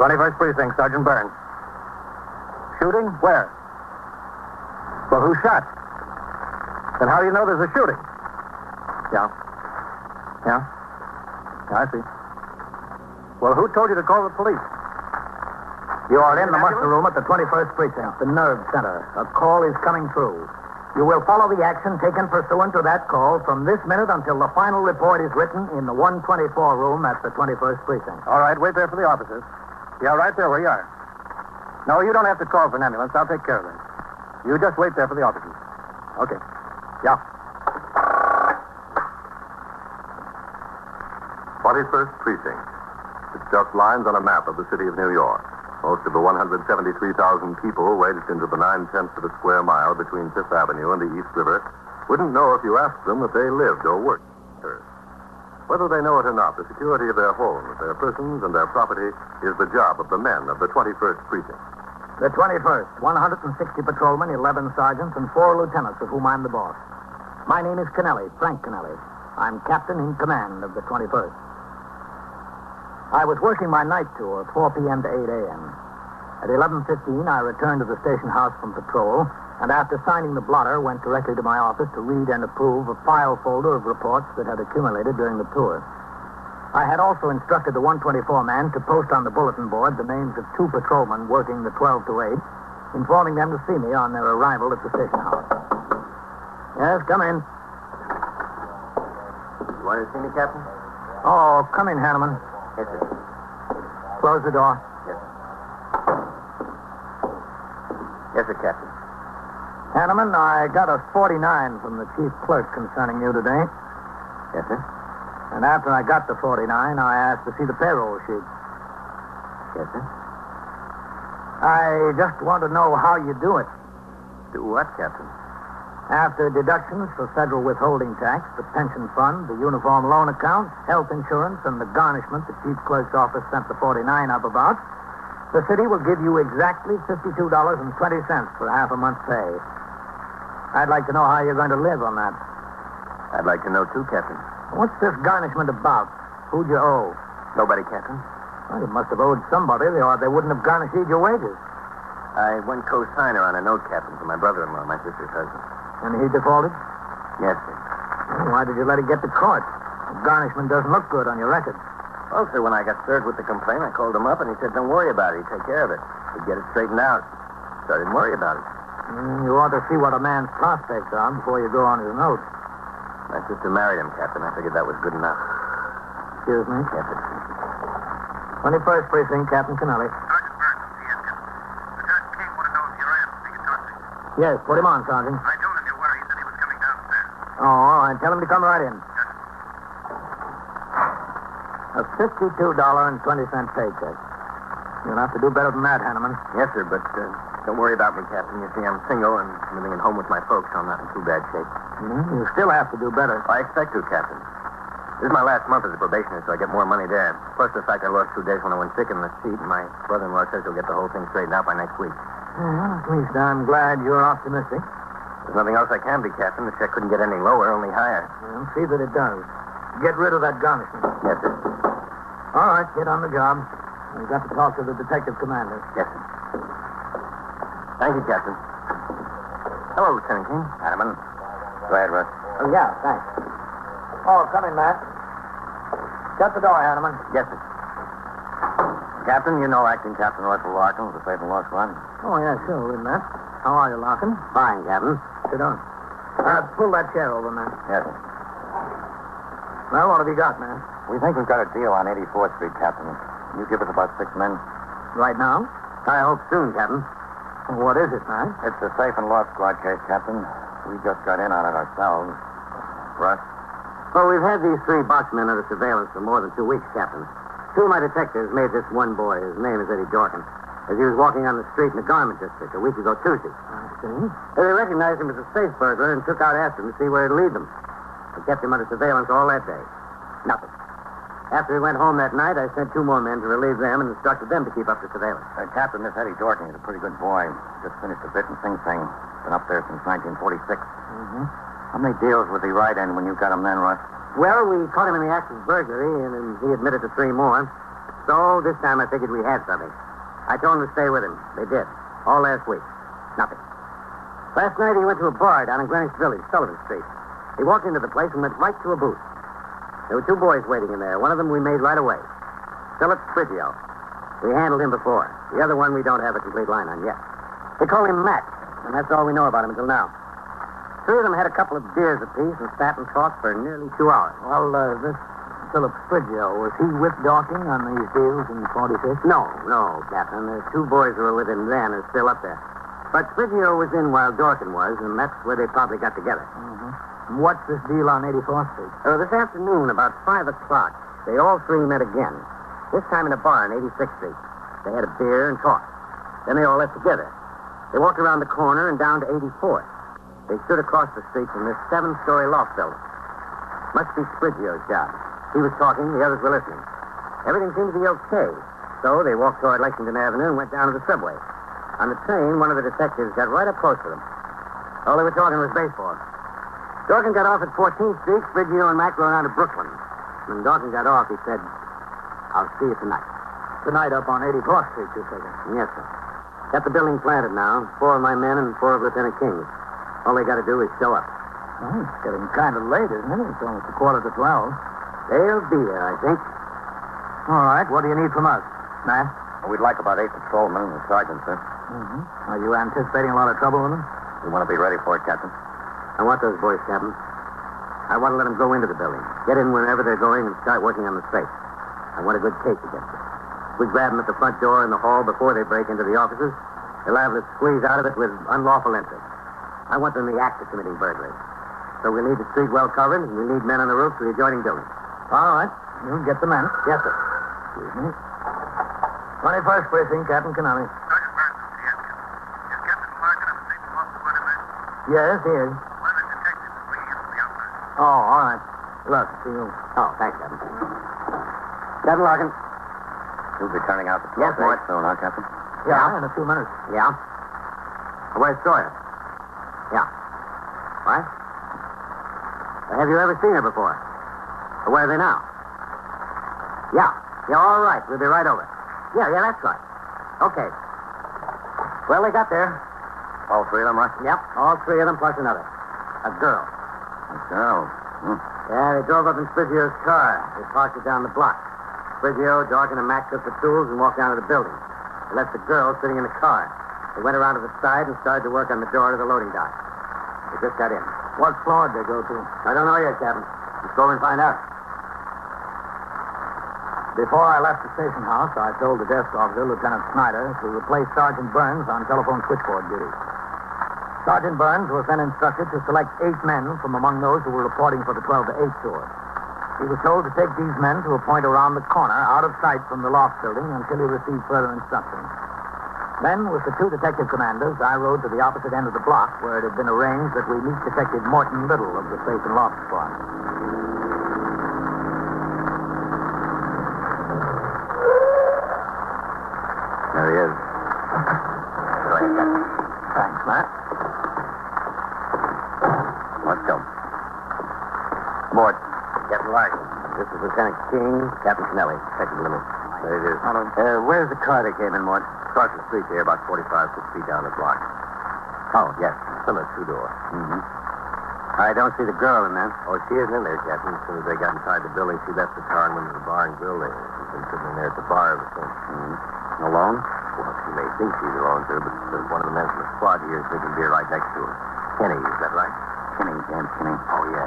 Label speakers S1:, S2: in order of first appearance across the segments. S1: 21st Precinct, Sergeant Burns. Shooting? Where? Well, who shot? Then how do you know there's a shooting? Yeah. Yeah? Yeah, I see. Well, who told you to call the police? You are in the muster room at the 21st Precinct, the nerve center. A call is coming through. You will follow the action taken pursuant to that call from this minute until the final report is written in the 124 room at the 21st Precinct. All right, wait there for the officers. Yeah, right there where you are. No, you don't have to call for an ambulance. I'll take care of it. You just wait there for the officers. Okay. Yeah.
S2: Twenty-first precinct. It's just lines on a map of the city of New York. Most of the 173,000 people wedged into the nine-tenths of a square mile between Fifth Avenue and the East River wouldn't know if you asked them that they lived or worked here. Whether they know it or not, the security of their homes, their persons, and their property is the job of the men of the 21st precinct.
S1: The 21st, 160 patrolmen, 11 sergeants, and four lieutenants, of whom I'm the boss. My name is Kennelly, Frank Kennelly. I'm captain in command of the 21st. I was working my night tour, 4 p.m. to 8 a.m. At 11.15, I returned to the station house from patrol, and after signing the blotter, went directly to my office to read and approve a file folder of reports that had accumulated during the tour. I had also instructed the 124 man to post on the bulletin board the names of two patrolmen working the 12 to 8, informing them to see me on their arrival at the station house. Yes, come in.
S3: You want to see me, Captain?
S1: Oh, come in, Hanneman.
S3: Yes, sir.
S1: Close the door.
S3: Yes, sir. Yes, sir, Captain.
S1: Hanneman, I got a 49 from the chief clerk concerning you today.
S3: Yes, sir.
S1: And after I got the 49, I asked to see the payroll sheet.
S3: Yes, sir.
S1: I just want to know how you do it.
S3: Do what, Captain?
S1: After deductions for federal withholding tax, the pension fund, the uniform loan account, health insurance, and the garnishment the chief clerk's office sent the 49 up about, the city will give you exactly $52.20 for half a month's pay. I'd like to know how you're going to live on that.
S3: I'd like to know, too, Captain.
S1: What's this garnishment about? Who'd you owe?
S3: Nobody, Captain.
S1: Well, you must have owed somebody, or they wouldn't have garnished your wages.
S3: I went co-signer on a note, Captain, for my brother-in-law, my sister's husband.
S1: And he defaulted?
S3: Yes, sir.
S1: Well, Why did you let it get to court? The garnishment doesn't look good on your record.
S3: Well, sir, when I got served with the complaint, I called him up, and he said, don't worry about it. He'd take care of it. He'd get it straightened out. So I didn't worry about it.
S1: Mm, you ought to see what a man's prospects are before you go on his note.
S3: My sister married him, Captain. I figured that was good enough.
S1: Excuse me.
S3: Yes, sir.
S1: 21st Precinct, Captain Kennelly.
S4: Sergeant Burns, yes, Captain. Lieutenant King want to know if you're in, so he can talk to you.
S1: Yes, put him on, Sergeant.
S4: I told him you were. He said he was coming downstairs.
S1: Oh, all right. Tell him to come right in.
S4: Yes, sir.
S1: A $52.20 paycheck. You'll have to do better than that, Hanneman.
S3: Yes, sir, but uh, don't worry about me, Captain. You see, I'm single and living at home with my folks, so I'm not in too bad shape.
S1: Mm, you still have to do better.
S3: I expect to, Captain. This is my last month as a probationer, so I get more money there. Plus the fact I lost two days when I went sick in the seat, and my brother-in-law says he'll get the whole thing straightened out by next week.
S1: Well, at least I'm glad you're optimistic.
S3: There's nothing else I can be, Captain. The check couldn't get any lower, only higher.
S1: Well, see that it does. Get rid of that garnishment.
S3: Yes, sir.
S1: All right, get on the job. We've got to talk to the detective commander.
S3: Yes, sir. Thank you, Captain. Hello, Lieutenant King. Adam. Go ahead, Russ.
S1: Oh, yeah, thanks. Oh, come in, Matt. Shut the door, Hanneman.
S3: Yes, sir. Captain, you know acting Captain Russell Larkin of the Faith and Law Squad.
S1: Oh, yeah, sure, we met. How are you, Larkin?
S3: Fine, Captain.
S1: Sit down. Uh, pull that chair over, Matt.
S3: Yes, sir.
S1: Well, what have you got, Matt?
S3: We think we've got a deal on 84th Street, Captain. You give us about six men.
S1: Right now?
S3: I hope soon, Captain.
S1: What is it, Matt?
S3: It's a safe and law squad case, Captain. We just got in on it ourselves. Russ? Well, we've had these three boxmen under surveillance for more than two weeks, Captain. Two of my detectives made this one boy. His name is Eddie Dorkin. As he was walking on the street in the garment district a week ago Tuesday.
S1: I see.
S3: They recognized him as a safe burglar and took out after him to see where he'd lead them. They kept him under surveillance all that day. Nothing. After he went home that night, I sent two more men to relieve them and instructed them to keep up the surveillance. Uh, Captain, this Eddie Dorking is a pretty good boy. Just finished a bit in Sing Sing. Been up there since 1946.
S1: Mm-hmm.
S3: How many deals was he right in when you got him then, Russ? Well, we caught him in the act of burglary, and, and he admitted to three more. So this time I figured we had something. I told them to stay with him. They did. All last week. Nothing. Last night he went to a bar down in Greenwich Village, Sullivan Street. He walked into the place and went right to a booth. There were two boys waiting in there. One of them we made right away. Philip Frigio. We handled him before. The other one we don't have a complete line on yet. They call him Matt, and that's all we know about him until now. Three of them had a couple of beers apiece and sat and talked for nearly two hours.
S1: Well, uh, this Philip Frigio, was he with Dawking on these deals in 46?
S3: No, no, Captain. The two boys who were with him then are still up there. But Frigio was in while Dorkin was, and that's where they probably got together.
S1: Mm-hmm. What's this deal on 84th Street?
S3: Uh, this afternoon, about 5 o'clock, they all three met again. This time in a bar on 86th Street. They had a beer and talked. Then they all left together. They walked around the corner and down to 84th. They stood across the street from this seven-story loft building. Must be Sprigio's job. He was talking, the others were listening. Everything seemed to be okay. So they walked toward Lexington Avenue and went down to the subway. On the train, one of the detectives got right up close to them. All they were talking was baseball. Dawkins got off at 14th Street. Frigio and Mac rode on to Brooklyn. When Dawkins got off, he said, I'll see you tonight.
S1: Tonight up on 84th Street, you say?
S3: Yes, sir. Got the building planted now. Four of my men and four of Lieutenant King's. All they got to do is show up.
S1: Well, it's getting kind of late, isn't it? It's almost a quarter to 12.
S3: They'll be there, I think.
S1: All right. What do you need from us, Matt?
S5: We'd like about eight patrolmen and a sergeant, sir.
S1: Mm-hmm. Are you anticipating a lot of trouble with them?
S5: We want to be ready for it, Captain.
S3: I want those boys, Captain. I want to let them go into the building, get in wherever they're going, and start working on the safe. I want a good case against them. If we grab them at the front door in the hall before they break into the offices, they're liable to squeeze out of it with unlawful entry. I want them to be active committing burglary. So we need the street well covered, and we need men on the roofs of the adjoining buildings.
S1: All right. You get the men.
S3: Yes, sir.
S1: Excuse me. 21st Precinct, Captain Konami.
S6: Sergeant Burns, the Atkins. Is Captain Larkin on the same spot as Weather Man?
S1: Yes, he is.
S6: One of the detectives is bringing him from the outside.
S1: Oh, all right. Look, see you.
S3: Oh, thanks, Captain. Captain Larkin.
S5: You'll be turning out the
S3: Yes,
S5: 12th
S3: sir.
S5: soon, huh, Captain?
S1: Yeah, in a few minutes.
S3: Yeah? Where's Sawyer? Yeah. What? Have you ever seen her before? Or Where are they now? Yeah. Yeah, all right. We'll be right over. Yeah, yeah, that's right. Okay. Well, they got there.
S5: All three of them, huh?
S3: Yep, all three of them plus another. A girl.
S5: Girls.
S3: Yeah, they drove up in Sprigio's car. They parked it down the block. Sprigio, Dawkins, and Mac took the tools and walked down to the building. They left the girl sitting in the car. They went around to the side and started to work on the door to the loading dock. They just got in.
S1: What floor did they go to?
S3: I don't know yet, Captain. Let's go over and find out.
S1: Before I left the station house, I told the desk officer, Lieutenant Snyder, to replace Sergeant Burns on telephone switchboard duty. Sergeant Burns was then instructed to select eight men from among those who were reporting for the 12 to 8 tour. He was told to take these men to a point around the corner, out of sight from the loft building, until he received further instructions. Then, with the two detective commanders, I rode to the opposite end of the block where it had been arranged that we meet Detective Morton Little of the Safe and Loft Squad.
S5: There he is. Go ahead, Captain.
S1: Thanks, Matt.
S5: Let's go. Board.
S3: Captain Larkin. This is Lieutenant King, Captain Kennelly. Detective Little.
S5: There it is.
S3: Uh, where's the car they came in, Mort?
S2: Across the street here, about 45, 6 feet down the block.
S3: Oh, yes.
S2: Similar two-door.
S3: I don't see the girl in there.
S2: Mm-hmm. Oh, she isn't in there, Captain. As soon as they got inside the building, she left the car and went to the bar and grill there. She's been sitting in there at the bar ever since.
S3: Mm-hmm.
S5: Alone?
S2: Well, she may think she's alone, sir, but there's one of the men from the squad here is drinking beer right next to her. Kenny, is that right?
S5: Kinney, James Kinney.
S2: Oh, yeah.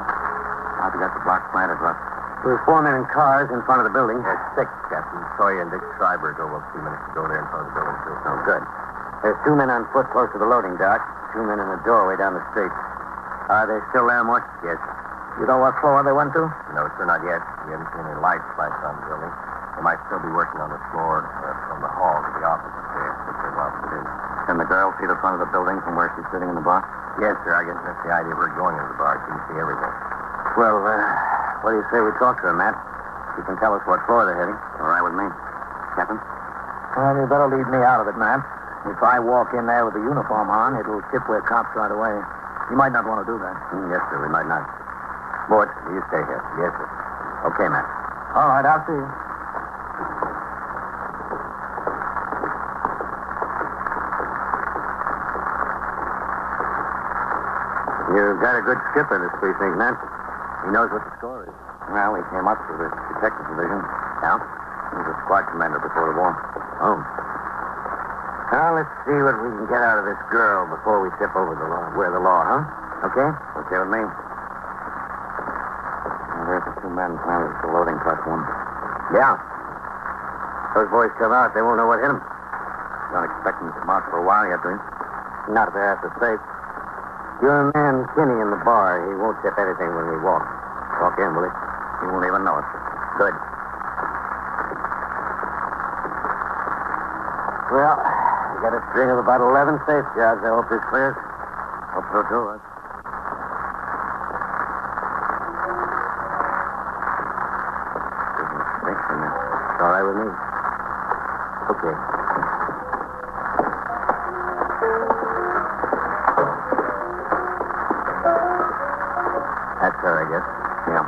S5: How'd you got the block planted, Russ?
S3: There was four men in cars in front of the building.
S2: There's six, Captain. Sawyer and Dick Schreiber drove up a few minutes ago there in front of the building, too.
S3: Oh, good. There's two men on foot close to the loading dock, two men in the doorway down the street. Are they still there, Mort?
S2: Yes.
S1: You know what floor they went to?
S2: No, sir, not yet. We haven't seen any lights flash on the building. They might still be working on the floor uh, from the hall to the office there, which they've opted in.
S5: Can the girl see the front of the building from where she's sitting in the box?
S2: Yes, sir, I guess that's the idea. We're going into the bar. She can see everything.
S5: Well, uh, what do you say we talk to her, Matt? She can tell us what floor they're heading. All right with me. Captain?
S1: Well, you better leave me out of it, Matt. If I walk in there with a uniform on, it'll tip we're cops right away. You might not want to do that.
S5: Mm, yes, sir. We might not. Board, you stay here. Yes, sir. Okay, Matt.
S1: All right, I'll see you.
S3: You've got a good skip in this precinct, man. He knows what the score is. Well, he came up through the detective division. Yeah? He was a squad commander before the war. Oh. Now, let's see what we can get out of this girl before we tip over the law. We're the law, huh? Okay? Okay with me. Well, there's the two men planted at the loading platform. Yeah. Those boys come out, they won't know what hit them. Don't expect them to come out for a while yet, do you? Not if they're at the safe. Your man Kinney in the bar, he won't tip anything when we walk. Walk in, will he? He won't even know it. Good. Well, we got a string of about 11 safe jobs. I hope this clears. Hope so, too. Huh? Thanks, man. It's all right with me. Okay. That's her, I guess. Yeah.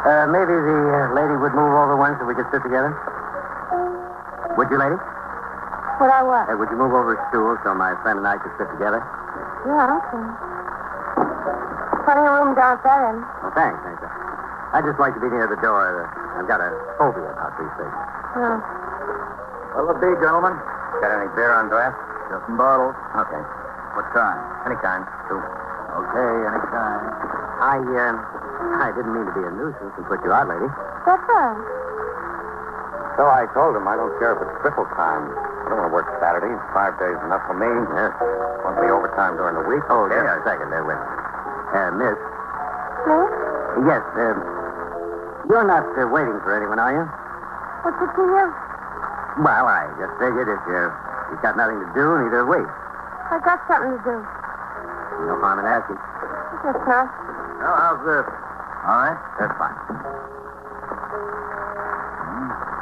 S3: Uh, maybe the uh, lady would move over one so we could sit together. Would you, lady?
S7: What I was.
S3: Uh, would you move over a stool so my friend and I could sit together?
S7: Yeah, okay. Plenty of room down at that end.
S3: Well, thanks, thanks. uh, I'd just like to be near the door. Uh, I've got a phobia about these things.
S7: Yeah.
S1: Well, the be, gentlemen.
S3: Got any beer on draft?
S1: Just some bottles.
S3: Okay.
S1: What time?
S3: Any kind, too.
S1: Okay, any time.
S3: I, uh, I didn't mean to be a nuisance and put you out, lady.
S7: That's all.
S2: So I told him I don't care if it's triple time. I don't want to work Saturdays. Five days is enough for me.
S3: Yes.
S2: Want to be overtime during the week?
S3: Oh, yeah, a second there, wait. Uh, miss.
S7: Please?
S3: Yes, uh, you're not uh, waiting for anyone, are you?
S7: What's it to you?
S3: Well, I just figured if
S2: uh,
S3: you're, you've got nothing to do, neither have we.
S7: I got something to do.
S3: No harm in asking.
S7: Yes, not.
S3: Well, how's this?
S1: All right.
S3: That's fine.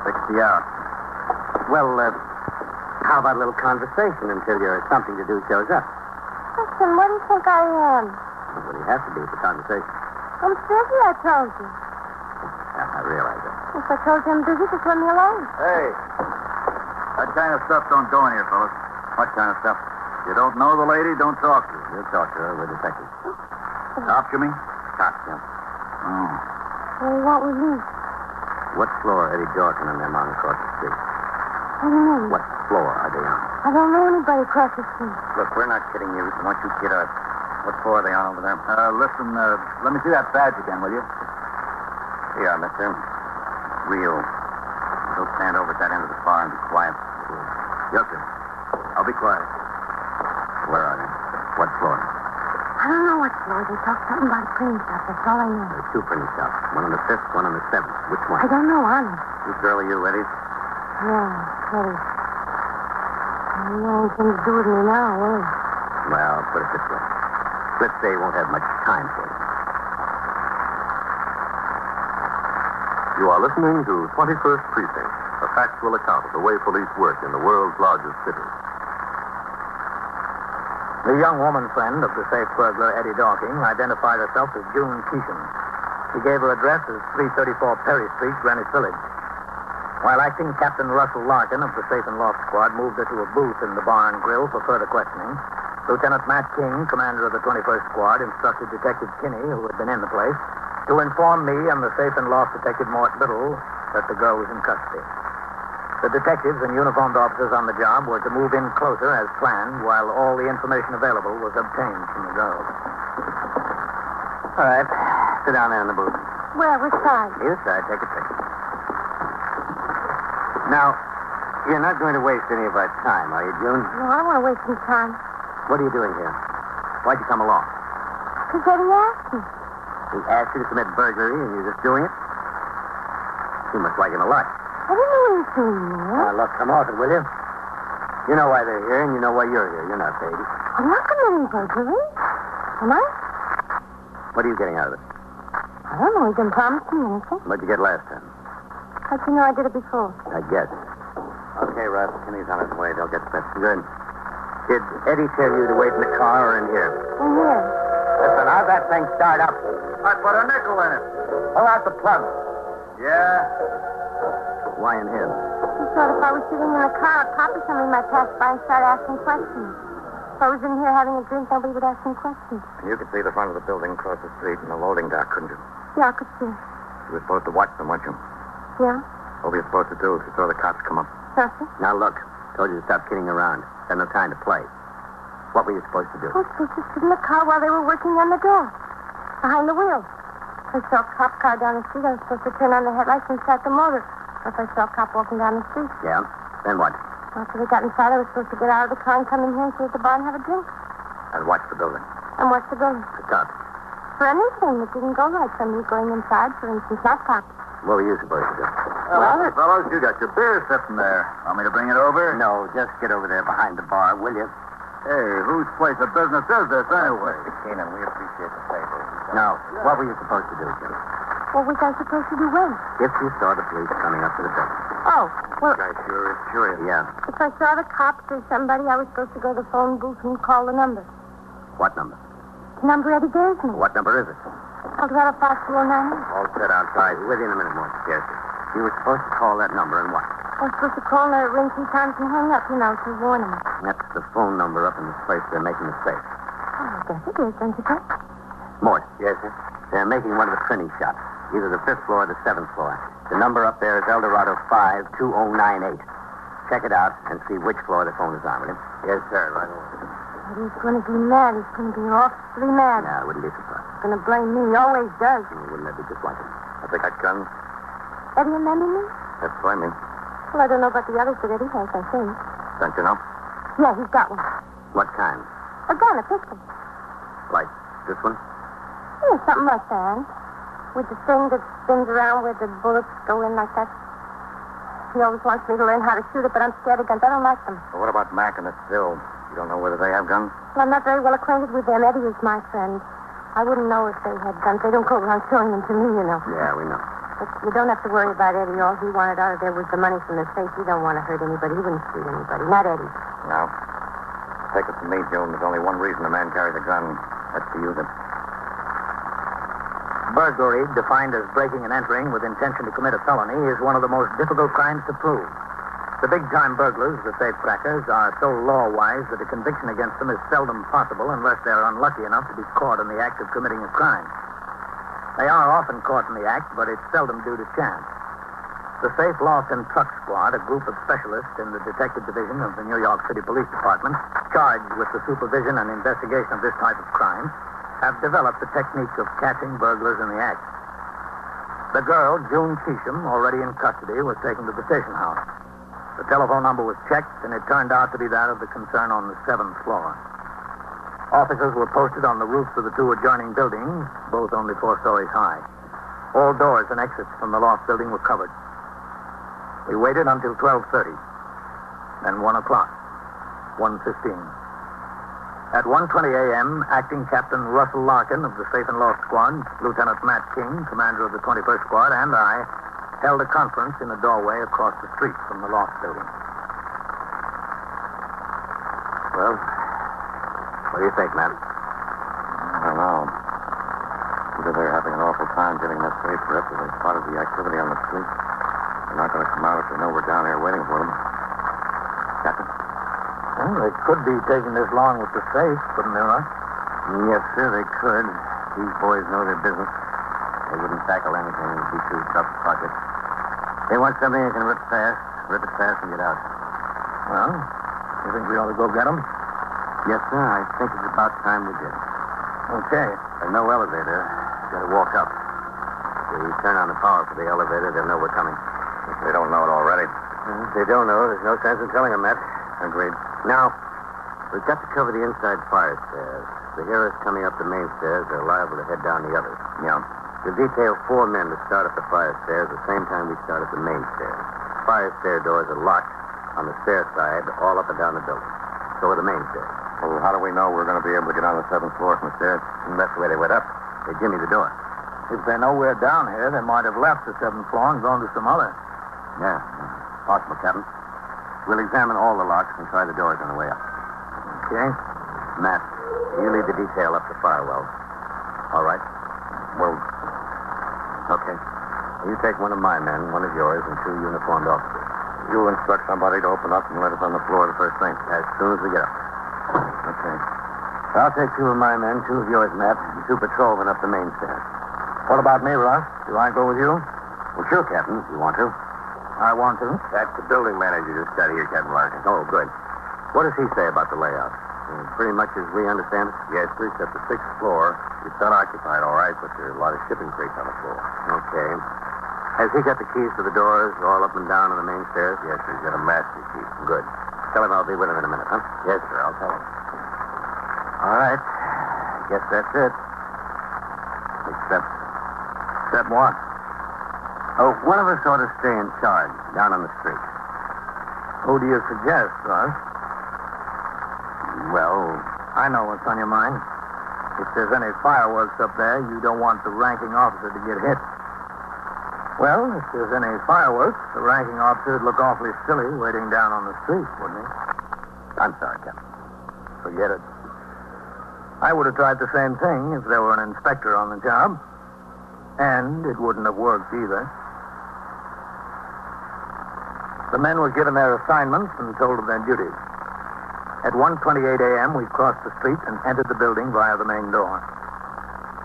S3: Sixty hours. uh, Well, uh, how about a little conversation until your something to do shows up?
S7: Listen, what do you think I am?
S3: Well, you have to be for conversation.
S7: I'm busy, I told you.
S2: Uh,
S3: I realize that.
S7: If I told you I'm busy, just let me alone.
S1: Hey, that kind of stuff don't go in here, fellas.
S3: What kind of stuff?
S1: You don't know the lady, don't talk to her.
S3: You talk to her. We're detectives.
S1: Talk to me?
S3: Cocktail.
S1: Oh.
S7: What do you want with me?
S3: What floor are Eddie Dawson and them on across the street?
S7: What do you mean?
S3: What floor are they on?
S7: I don't know anybody across the street.
S3: Look, we're not kidding you. So why don't you kid us? What floor are they on over there?
S1: Uh, listen, uh, let me see that badge again, will you?
S3: Here, mister. Real. Go stand over at that end of the bar and be quiet.
S1: Yes, sir. I'll be quiet.
S3: Where are they? What floor?
S7: I don't know what floor. They talk something about a cream shop. That's all I know.
S3: There are two printing shops. One on the fifth, one on the seventh. Which
S7: I
S3: one?
S7: don't know, honest.
S3: Whose girl are you, Eddie?
S7: Yeah, Eddie. I don't want anything to do with me now, will it?
S3: Well, put it this way. Let's say you won't have much time for it.
S2: You are listening to 21st Precinct, a factual account of the way police work in the world's largest city.
S1: The young woman friend of the safe burglar, Eddie Dorking, identified herself as June Keesham. She gave her address as 334 Perry Street, Greenwich Village. While acting, Captain Russell Larkin of the Safe and Loft Squad moved her to a booth in the bar and grill for further questioning. Lieutenant Matt King, commander of the 21st Squad, instructed Detective Kinney, who had been in the place, to inform me and the Safe and Loft Detective Mort Little that the girl was in custody. The detectives and uniformed officers on the job were to move in closer as planned while all the information available was obtained from the girl.
S3: All right. Sit down there in the booth.
S7: Where? Which side?
S3: Yes, I take a picture. Now, you're not going to waste any of our time, are you, June?
S7: No, I don't want to waste some time.
S3: What are you doing here? Why'd you come along?
S7: Because Eddie asked me.
S3: He asked you to commit burglary, and you're just doing it? You must like him a lot.
S7: I didn't do anything,
S3: Now,
S7: man.
S3: look, come off it, will you? You know why they're here, and you know why you're here. You're not baby.
S7: I'm not committing burglary. Am I?
S3: What are you getting out of it?
S7: I don't know. He didn't promise me anything.
S3: What'd you get last time?
S7: How'd you know I did it before?
S3: I guess. Okay, Russ. Kenny's on his way. They'll get set. Good. Did Eddie tell you to wait in the car or in here?
S7: In here.
S3: Listen, how'd that thing start up?
S1: I put a nickel in it.
S3: Pull out the plug.
S1: Yeah?
S3: Why in here?
S7: He thought if I was sitting in a car, a cop or something might pass by and start asking questions. If I was in here having a drink, nobody would ask me questions.
S3: And you could see the front of the building across the street and the loading dock, couldn't you?
S7: Yeah, I could see.
S3: You were supposed to watch them, weren't you?
S7: Yeah?
S3: What were you supposed to do if you saw the cops come up?
S7: Nothing?
S3: Now look, told you to stop kidding around. Had no time to play. What were you supposed to do?
S7: Well, they just stood in the car while they were working on the door. Behind the wheel. If I saw a cop car down the street, I was supposed to turn on the headlights and start the motor. Or If I saw a cop walking down the street,
S3: Yeah. Then what?
S7: after they got inside, I was supposed to get out of the car and come in here and sit at the bar and have a drink.
S3: I'd watch the building.
S7: And what's the going?
S3: The cops.
S7: For anything that didn't go right, somebody going inside, for instance, not cop.
S3: What were you supposed to do?
S5: Well, fellows, Uh, you got your beer sitting there. Want me to bring it over?
S3: No, just get over there behind the bar, will you?
S5: Hey, whose place of business is this anyway?
S2: Keenan, we appreciate the favor.
S3: No. What were you supposed to do, Jim?
S7: What was I supposed to do when?
S3: If you saw the police coming up to the building.
S7: Oh, well,
S3: I sure is curious. Yeah.
S7: if I saw the cops or somebody, I was supposed to go to the phone booth and call the number.
S3: What number?
S7: The number Eddie gave me.
S3: What number is it?
S7: Colorado 5209.
S3: All set outside. Within a minute more, scarcely. You were supposed to call that number and what?
S7: I was supposed to call and ring three times and hang up, you know, to warn him.
S3: That's the phone number up in this place they're making the safe.
S7: Oh, I guess it is, don't you think?
S3: Morse. Yes, sir? They're making one of the printing shops, either the fifth floor or the seventh floor. The number up there is Eldorado 52098. Check it out and see which floor the phone is on, will you? Yes, sir. Right away.
S7: Eddie's going to be mad. He's going to be awfully mad.
S3: No, I wouldn't be surprised.
S7: He's going to blame me. He always does.
S3: Oh, Wouldn't that be just like him? Have they got guns?
S7: Eddie remember me?
S3: That's what I mean.
S7: Well, I don't know about the others, but Eddie has, I think.
S3: Don't you know?
S7: Yeah, he's got one.
S3: What kind?
S7: A gun, a pistol.
S3: Like this one?
S7: Yeah, something like that. With the thing that spins around where the bullets go in like that. He always wants me to learn how to shoot it, but I'm scared of guns. I don't like them.
S3: Well, what about Mac and the Still? You don't know whether they have guns?
S7: Well, I'm not very well acquainted with them. Eddie is my friend. I wouldn't know if they had guns. They don't go around showing them to me, you know.
S3: Yeah, we know.
S7: But you don't have to worry about Eddie. All he wanted out of there was the money from the safe. He don't want to hurt anybody. He wouldn't shoot anybody. Not Eddie.
S3: No. Take it from me, June. There's only one reason a man carries a gun. That's to use it.
S1: Burglary, defined as breaking and entering with intention to commit a felony, is one of the most difficult crimes to prove. The big-time burglars, the safe crackers, are so law-wise that a conviction against them is seldom possible unless they're unlucky enough to be caught in the act of committing a crime. They are often caught in the act, but it's seldom due to chance. The Safe Loft and Truck Squad, a group of specialists in the Detective Division of the New York City Police Department, charged with the supervision and investigation of this type of crime, have developed the technique of catching burglars in the act. The girl, June Keesham, already in custody, was taken to the station house. The telephone number was checked, and it turned out to be that of the concern on the seventh floor. Officers were posted on the roofs of the two adjoining buildings, both only four stories high. All doors and exits from the loft building were covered. We waited until 12.30, then 1 o'clock, 1.15. At 1.20 a.m., Acting Captain Russell Larkin of the Safe and Law Squad, Lieutenant Matt King, commander of the 21st Squad, and I held a conference in a doorway across the street from the loft building.
S3: Well, what do you think, man? I don't know. Either they're having an awful time getting that safe rip, or they spotted the activity on the street. They're not going to come out if they know we're down here waiting for them. Captain?
S1: Well, they could be taking this long with the safe, couldn't they, Russ?
S3: Yes, sir, they could. These boys know their business. They wouldn't tackle anything that would be too tough pocket. They want something they can rip fast, rip it fast and get out.
S1: Well, you think we ought to go get them?
S3: Yes, sir, I think it's about time we did.
S1: Okay.
S3: There's no elevator. Gotta walk up. If we turn on the power for the elevator, they'll know we're coming. If they don't know it already. If they don't know, there's no sense in telling them that. Agreed. Now, we've got to cover the inside fire stairs. If they hear us coming up the main stairs, they're liable to head down the others. Yeah. We'll detail four men to start up the fire stairs at the same time we start up the main stairs. Fire stair doors are locked on the stair side, all up and down the building. So are the main stairs. Well, how do we know we're going to be able to get on the seventh floor from the stairs? that's the way they went up. They jimmied the door.
S1: If they know we're down here, they might have left the seventh floor and gone to some other.
S3: Yeah, possible, Captain. We'll examine all the locks and try the doors on the way up.
S1: Okay.
S3: Matt, you lead the detail up to Firewell. All right. Well, okay. You take one of my men, one of yours, and two uniformed officers. You'll instruct somebody to open up and let us on the floor the first thing. As soon as we get up. Okay. I'll take two of my men, two of yours, Matt, and two patrolmen up the main stairs. What about me, Ross? Do I go with you? Well, sure, Captain, if you want to.
S1: I want to.
S2: That's the building manager just got here, Captain Larkin.
S3: Oh, good. What does he say about the layout? Uh, pretty much as we understand it.
S2: Yes, sir, except the sixth floor. It's unoccupied, all right, but there are a lot of shipping crates on the floor.
S3: Okay. Has he got the keys to the doors all up and down on the main stairs?
S2: Yes, sir, he's got a master key.
S3: Good. Tell him I'll be with him in a minute, huh?
S2: Yes, sir, I'll tell him.
S3: All right. Guess that's it. Except, except what? Oh, one of us ought to stay in charge down on the street.
S1: Who do you suggest, Ross?
S3: Well,
S1: I know what's on your mind. If there's any fireworks up there, you don't want the ranking officer to get hit. Well, if there's any fireworks, the ranking officer would look awfully silly waiting down on the street, wouldn't he?
S3: I'm sorry, Captain.
S1: Forget it. I would have tried the same thing if there were an inspector on the job. And it wouldn't have worked either. The men were given their assignments and told of their duties. At 1.28 a.m., we crossed the street and entered the building via the main door.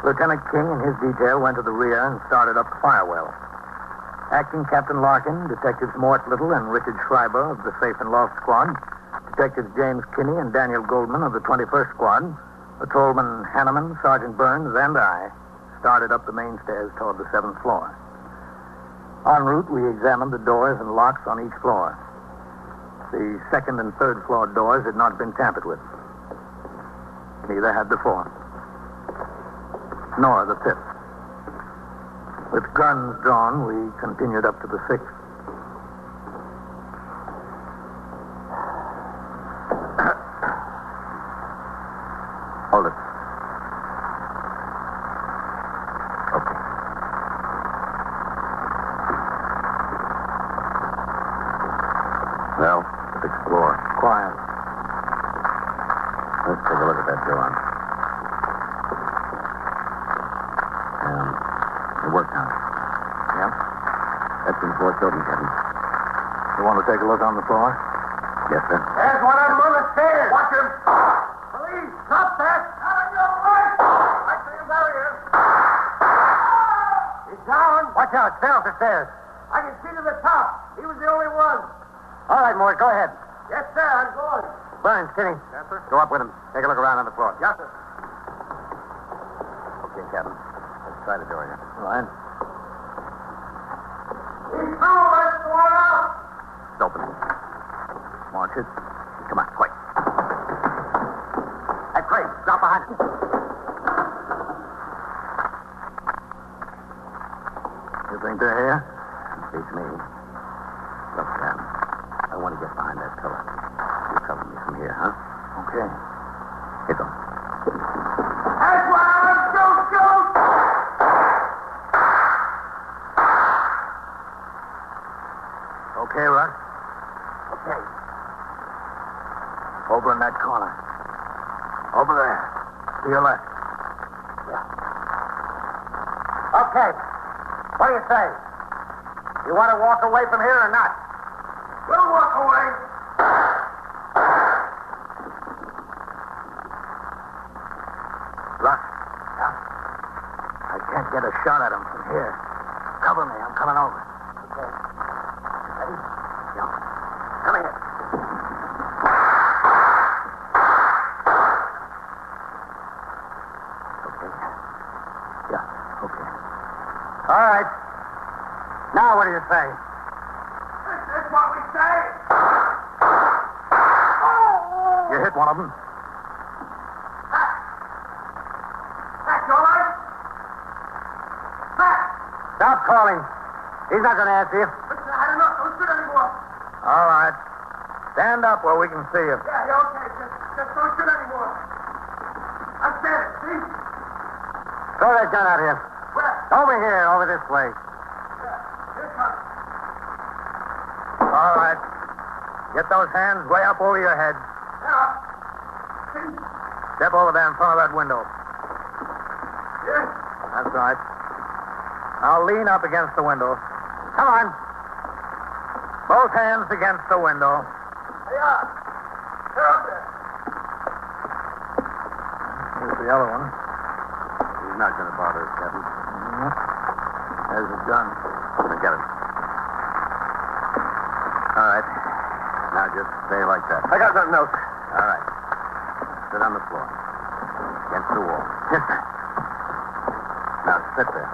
S1: Lieutenant King and his detail went to the rear and started up the firewell. Acting Captain Larkin, Detectives Mort Little and Richard Schreiber of the Safe and Lost Squad, Detectives James Kinney and Daniel Goldman of the 21st Squad, Patrolman Hanneman, Sergeant Burns, and I started up the main stairs toward the seventh floor. En route, we examined the doors and locks on each floor. The second and third floor doors had not been tampered with. Neither had the fourth. Nor the fifth. With guns drawn, we continued up to the sixth.
S2: Hold it. Okay. Well, sixth floor.
S1: Quiet.
S2: Let's take a look at that door. Um, the workhouse.
S1: Yeah?
S2: That's been forced open, Captain.
S1: You want to take a look on the floor?
S2: Yes, sir.
S6: There's one of them on the stairs. Watch him. Police, stop that. Out of your way. I see him down here. He's down.
S3: Watch out, stay off the stairs.
S6: I can see to the top. He was the only one.
S3: All right, Mort, go ahead.
S6: Yes, sir, I'm going.
S3: Burns, Kinney.
S6: Yes, sir.
S3: Go up with him. Take a look around on the floor.
S6: Yes, sir.
S2: Okay, Captain. Let's try the door here.
S1: All right.
S6: He's down. Let's go out.
S2: It's open.
S1: Watch it.
S2: Come on, quick.
S3: Hey, Craig, drop behind him.
S1: You think they're here?
S2: It's me. Look, Sam, I want to get behind that pillar. You're covering me from here, huh?
S1: Okay.
S2: Here goes.
S6: That's why I'm so shoot.
S1: Okay, Russ?
S6: Okay.
S1: Over in that corner. Over there. To your left.
S3: Okay. What do you say? You want to walk away from here or not?
S6: We'll walk away.
S1: Russ? Yeah? I can't get a shot at him from here. Cover me. I'm coming over.
S3: Okay. Ready? Yeah. Come here.
S1: Okay. Yeah, okay.
S3: All right. Now what do you say?
S6: This is what we say. Oh!
S1: You hit one of them.
S6: That's all right. Matt,
S3: Stop calling. He's not going to answer you.
S6: listen, I don't know. Don't shoot anymore.
S1: All right. Stand up where we can see you.
S6: Yeah, yeah, okay. Just, just don't shoot anymore. I'm standing, see?
S3: Throw that gun out here.
S6: Where?
S3: Over here, over this way.
S6: Yeah, here it comes.
S1: All right. Get those hands way up over your head.
S6: Yeah. See?
S1: Step over there in front of that window.
S6: Yes.
S1: That's right. Now lean up against the window.
S3: Come on.
S1: Both hands against the window.
S6: They are. They're up there.
S1: the other one.
S2: He's not going to bother us, Captain.
S1: Mm-hmm. There's a gun.
S2: I get it. All right. Now just stay like that.
S1: I got nothing else.
S2: All right. Sit on the floor. Against the wall. Just that. Now sit there.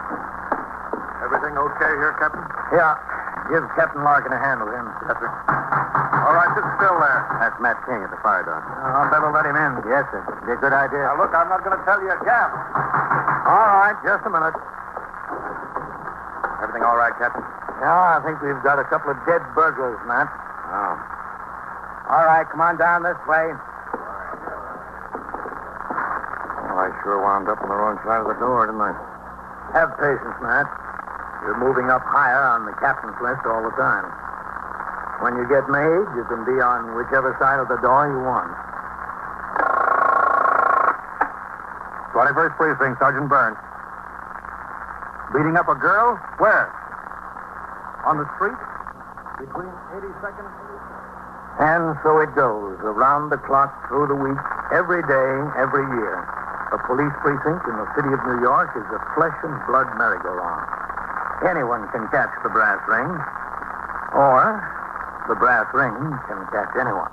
S2: Everything okay here, Captain?
S1: Yeah. Give Captain Larkin a hand with him.
S2: Yes, sir. All right, sit still there.
S3: That's Matt King at the fire door.
S1: I'll Uh, better let him in.
S3: Yes, sir. It'd be a good idea.
S6: Now, look, I'm not going to tell you again.
S1: All right, just a minute.
S2: Everything all right, Captain?
S1: Yeah, I think we've got a couple of dead burglars, Matt.
S2: Oh.
S1: All right, come on down this way. Oh,
S2: Well, I sure wound up on the wrong side of the door, didn't I?
S1: Have patience, Matt. You're moving up higher on the captain's list all the time. When you get made, you can be on whichever side of the door you want.
S5: 21st Precinct, Sergeant Burns. Beating up a girl? Where? On the street? Between 82nd and
S1: And so it goes, around the clock, through the week, every day, every year. A police precinct in the city of New York is a flesh and blood merry-go-round. Anyone can catch the brass ring, or the brass ring can catch anyone.